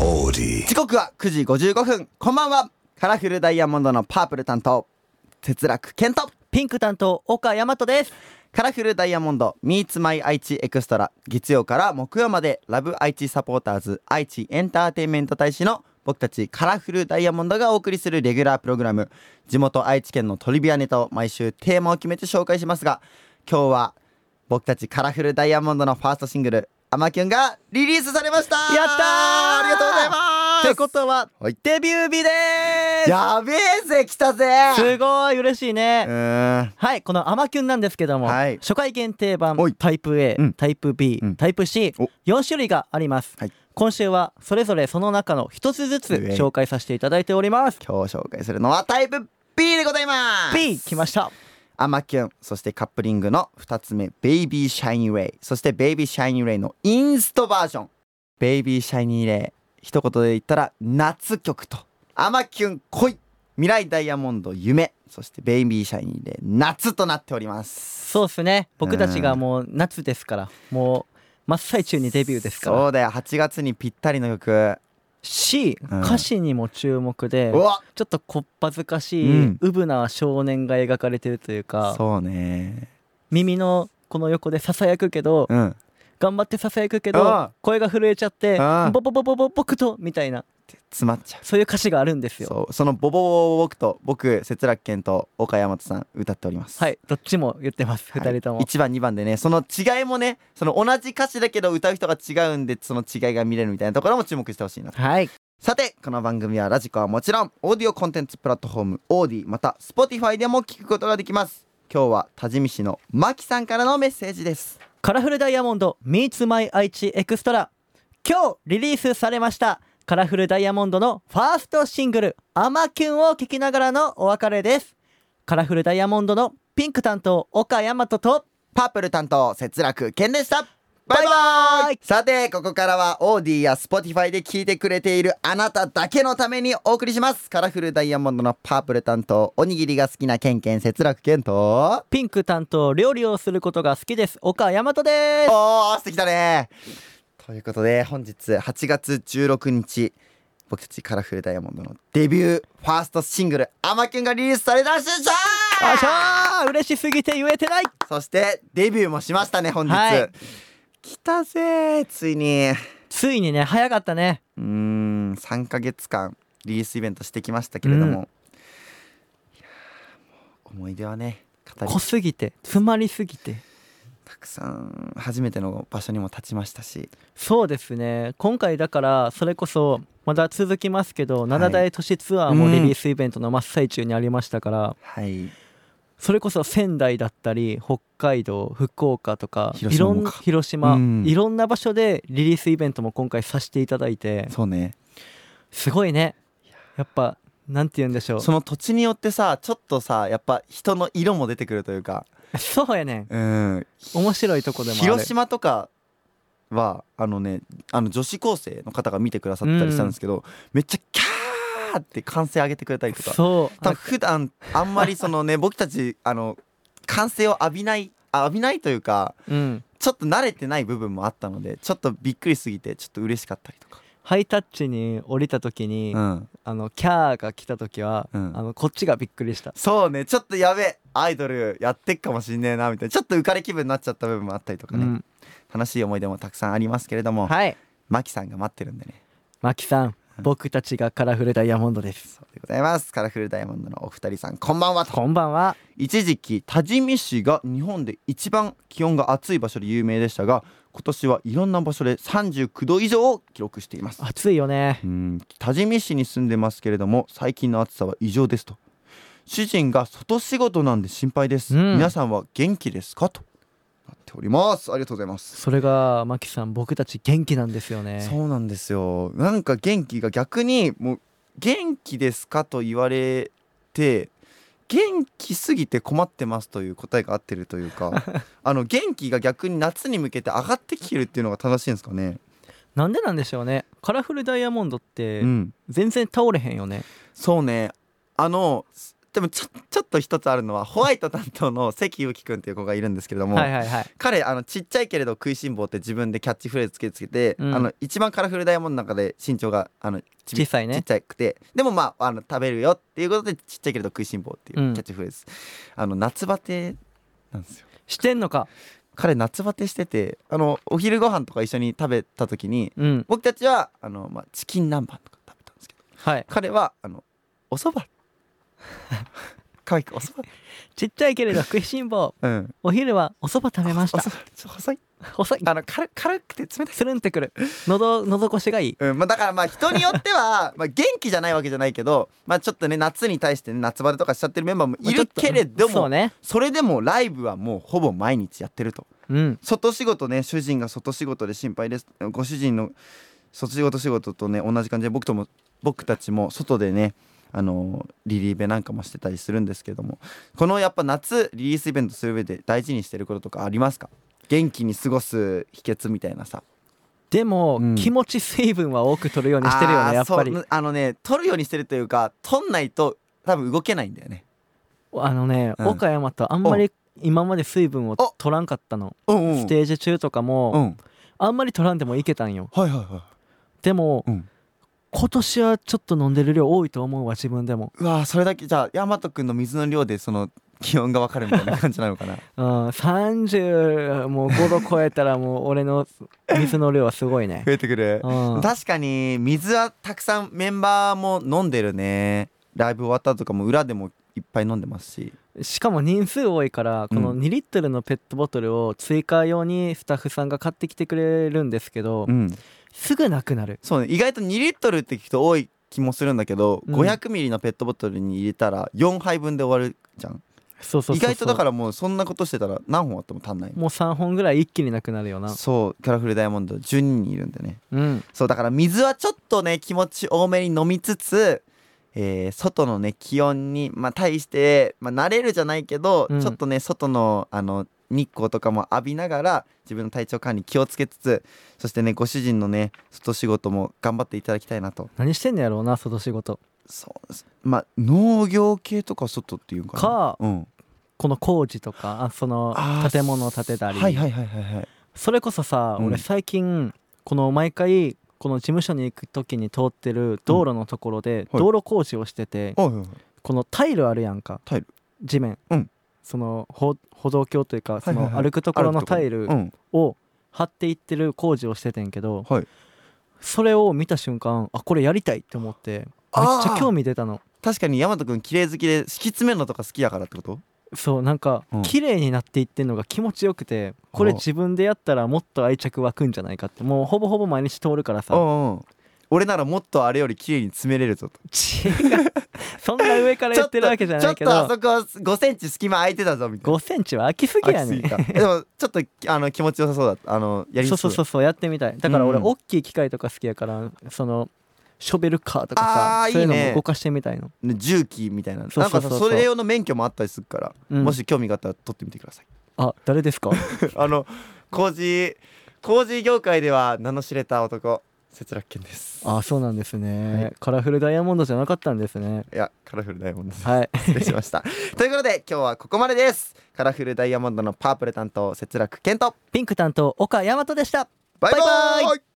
オーディ時刻は9時55分こんばんはカラフルダイヤモンドのパープル担当哲楽健人ピンク担当岡大和ですカラフルダイヤモンド Meets My 愛知エクストラ月曜から木曜までラブ愛知サポーターズ愛知エンターテインメント大使の僕たちカラフルダイヤモンドがお送りするレギュラープログラム地元愛知県のトリビアネタを毎週テーマを決めて紹介しますが今日は僕たちカラフルダイヤモンドのファーストシングル「アマキュン」がリリースされましたややったーありがとうございますってことは、はいデビュー日ですやべえぜ来たぜすごい嬉しいね、うーんはいこの「アマキュン」なんですけども、はい初回限定版おいタイプ A、うんタイプ B、うんタイプ C4 お種類があります、はい今週はそれぞれその中の一つずつうえ紹介させていただいております今日紹介するのはタイプ B でございます B 来ましたアマキュンそしてカップリングの2つ目「ベイビーシャイニーレイ」そして「ベイビーシャイニーレイ」のインストバージョン「ベイビーシャイニーレイ」一言で言ったら夏曲と「アマキュン恋」「未来ダイヤモンド夢」そして「ベイビーシャイニーレイ」夏となっておりますそうですね僕たちがもう夏ですからもう真っ最中にデビューですからそうだよ8月にぴったりの曲 C うん歌詞にも注目で、うわちょっとこっぱずかしういんうぶな少年が描かれてるというか、そうね耳のこの横でささやくけど、うん頑張ってささやくけあどあ声が震えちゃってああボボボボボ僕とみたいな詰まっちゃうそういう歌詞があるんですよそうそのボボボボボ僕と僕節楽健と岡山さん歌っておりますはいどっちも言ってますはい2人とも、 1番2番でねその違いもねその同じ歌詞だけど歌う人が違うんでその違いが見れるみたいなところも注目してほしいなとはいさてこの番組はラジコはもちろんオーディオコンテンツプラットフォームオーディまた Spotify でも聞くことができます今日は多治見市のマキさんからのメッセージですカラフルダイヤモンド Meets My 愛知エクストラ今日リリースされましたカラフルダイヤモンドのファーストシングル「アマキュン」を聴きながらのお別れですカラフルダイヤモンドのピンク担当岡大和とパープル担当節楽健でしたバイババーイさてここからはオーディや Spotify で聞いてくれているあなただけのためにお送りしますカラフルダイヤモンドのパープル担当おにぎりが好きなケンケン節楽健とピンク担当料理をすることが好きです岡大和ですおーしてきたねということで本日8月16日僕たちカラフルダイヤモンドのデビューファーストシングル「アマキュン」がリリースされたししよいしょゃー嬉しすぎて言えてないーそしてデビューもしましたね本日、はい来たぜーついにうついにね早かったねーん3ヶ月間リリースイベントしてきましたけれども、いやーうんもう思い出はね語り濃すぎて詰まりすぎてたくさん初めての場所にも立ちましたしそうですね今回だからそれこそまだ続きますけど、い七大都市ツアーもリリースイベントの真っ最中にありましたから、はいそれこそ仙台だったり北海道福岡とか広島いろもんか広島、うんいろんな場所でリリースイベントも今回させていただいてそうねすごいねやっぱなんて言うんでしょうその土地によってさちょっとさやっぱ人の色も出てくるというかそうやねんうん面白いとこでもある広島とかはあのねあの女子高生の方が見てくださったりしたんですけど、めっちゃキャーって歓声上げてくれたりとかそう多分普段あんまりそのね僕たちあの歓声を浴びないあ浴びないというかうんちょっと慣れてない部分もあったのでちょっとびっくりすぎてちょっと嬉しかったりとか、ハイタッチに降りた時に、うん、あのキャーが来た時は、うんあのこっちがびっくりしたそうねちょっとやべえアイドルやってっかもしんねえなみたいなちょっと浮かれ気分になっちゃった部分もあったりとかね、うん楽しい思い出もたくさんありますけれども、はいマキさんが待ってるんでねマキさん僕たちがカラフルダイヤモンドですそうでございますカラフルダイヤモンドのお二人さんこんばんはとこんばんは一時期多治見市が日本で一番気温が暑い場所で有名でしたが今年はいろんな場所で39度以上を記録しています暑いよねうん多治見市に住んでますけれども最近の暑さは異常ですと主人が外仕事なんで心配です、うん皆さんは元気ですかとなっておりますありがとうございますそれがマキさん僕たち元気なんですよねそうなんですよなんか元気が逆にもう「元気ですか?」と言われて元気すぎて困ってますという答えが合ってるという かあの元気が逆に夏に向けて上がってきてるっていうのが正しいんですかね、なんでなんでしょうねカラフルダイヤモンドってうん、全然倒れへんよねそうねあのすでもちょちょっと一つあるのはホワイト担当の関ゆきくんっていう子がいるんですけれども、はいはいはい彼あのちっちゃいけれど食いしん坊って自分でキャッチフレーズつけつけて、うんあの一番カラフルダイヤモンドの中で身長があのちび小さいちっねちゃくてでもまああの食べるよっていうことでちっちゃいけれど食いしん坊っていううんキャッチフレーズ、あの夏バテなんですよしてんのか彼夏バテしててあのお昼ご飯とか一緒に食べた時にうん僕たちはあの、まあ、チキン南蛮とか食べたんですけどはい彼はあのおそば 可愛くおそばちっちゃいけ れど食いしん坊うんお昼はお蕎麦食べましおたそばちょっと細い細いあの軽軽くて冷たいつるんってくる喉喉越しがいいうんまあ、だからまあ人によっては まあ元気じゃないわけじゃないけど、まあ、ちょっとね夏に対して、ね、夏バテとかしちゃってるメンバーもいまあちょっるとけれどそも、うねそれでもライブはもうほぼ毎日やってるとうん外仕事ね主人が外仕事で心配ですご主人の外仕事仕事とね同じ感じで僕とも僕たちも外でねあのリリーベなんかもしてたりするんですけどもこのやっぱ夏リリースイベントする上で大事にしてることとかありますか元気に過ごす秘訣みたいなさでも、うん気持ち水分は多く取るようにしてるよあーねやっぱりそうあのね取るようにしてるというか取んないと多分動けないんだよねあのね、うん岡山とあんまり今まで水分をお取らんかったのうんステージ中とかうもんあんまり取らんでもいけたんよはいはいはでもいうん今年はちょっと飲んでる量多いと思うわ自分でも、うわーそれだけじゃあ大和くんの水の量でその気温がわかるみたいな感じなの かなうん、35度超えたらもう俺の水の量はすごいね増 えてくるうん確かに水はたくさんメンバーも飲んでるねライブ終わった後とかも裏でもいっぱい飲んでますししかも人数多いからこのう2リットルのペットボトルを追加用にスタッフさんが買ってきてくれるんですけど、うんすぐなくなるそうね意外と2リットルって聞くと多い気もするんだけど、うん500ミリのペットボトルに入れたら4杯分で終わるじゃんそうそうそうそう意外とだからもうそんなことしてたら何本あっても足んないもう3本ぐらい一気になくなるよなそうカラフルダイヤモンド12人いるんでねうんそうだから水はちょっとね気持ち多めに飲みつつ、えー外のね気温に、まあ、対して、まあ、慣れるじゃないけど、うんちょっとね外のあの日光とかも浴びながら自分の体調管理気をつけつつそしてねご主人のね外仕事も頑張っていただきたいなと何してんのやろうな外仕事そうですまあ農業系とか外っていうかなかうん、この工事とかあそのあー建物を建てたり、はいはいはいはいはいそれこそさ、うん俺最近この毎回この事務所に行く時に通ってる道路のところでうんはい道路工事をしてて、おいおいおいこのタイルあるやんかタイル地面、うんその歩歩道橋というかはそいはいはいの歩くところのタイルうんを張っていってる工事をしててんけどはいそれを見た瞬間あこれやりたいって思ってめっちゃ興味出たの確かに大和くん綺麗好きで敷き詰めるのとか好きやからってことそうなんかうん綺麗になっていってんのが気持ちよくてこれあ自分でやったらもっと愛着湧くんじゃないかってもうほぼほぼ毎日通るからうさんうん俺ならもっとあれより綺麗に詰めれるぞと違う そんな上からやってるわけじゃないけちょっとどあそこ5センチ隙間空いてたぞみたいな5センチは空きすぎやねん空きすぎたでもちょっとあの気持ちよさそうだったあのやりそやうすそそううだそうそうやってみたいだから俺うん大きい機械とか好きやからそのショベルカーとかあさーそういうのいいねも動かしてみたいのね重機みたいなそうそうそうそうなんかさそれ用の免許もあったりするから、うんもし興味があったら取ってみてください あ誰ですかあの工事工事業界では名の知れた男節楽健ですあそうなんですね、はいカラフルダイヤモンドじゃなかったんですねいやカラフルダイヤモンドです、 はい失礼しましたということで今日はここまでですカラフルダイヤモンドのパープル担当節楽健とピンク担当岡大和でしたバイババイバイ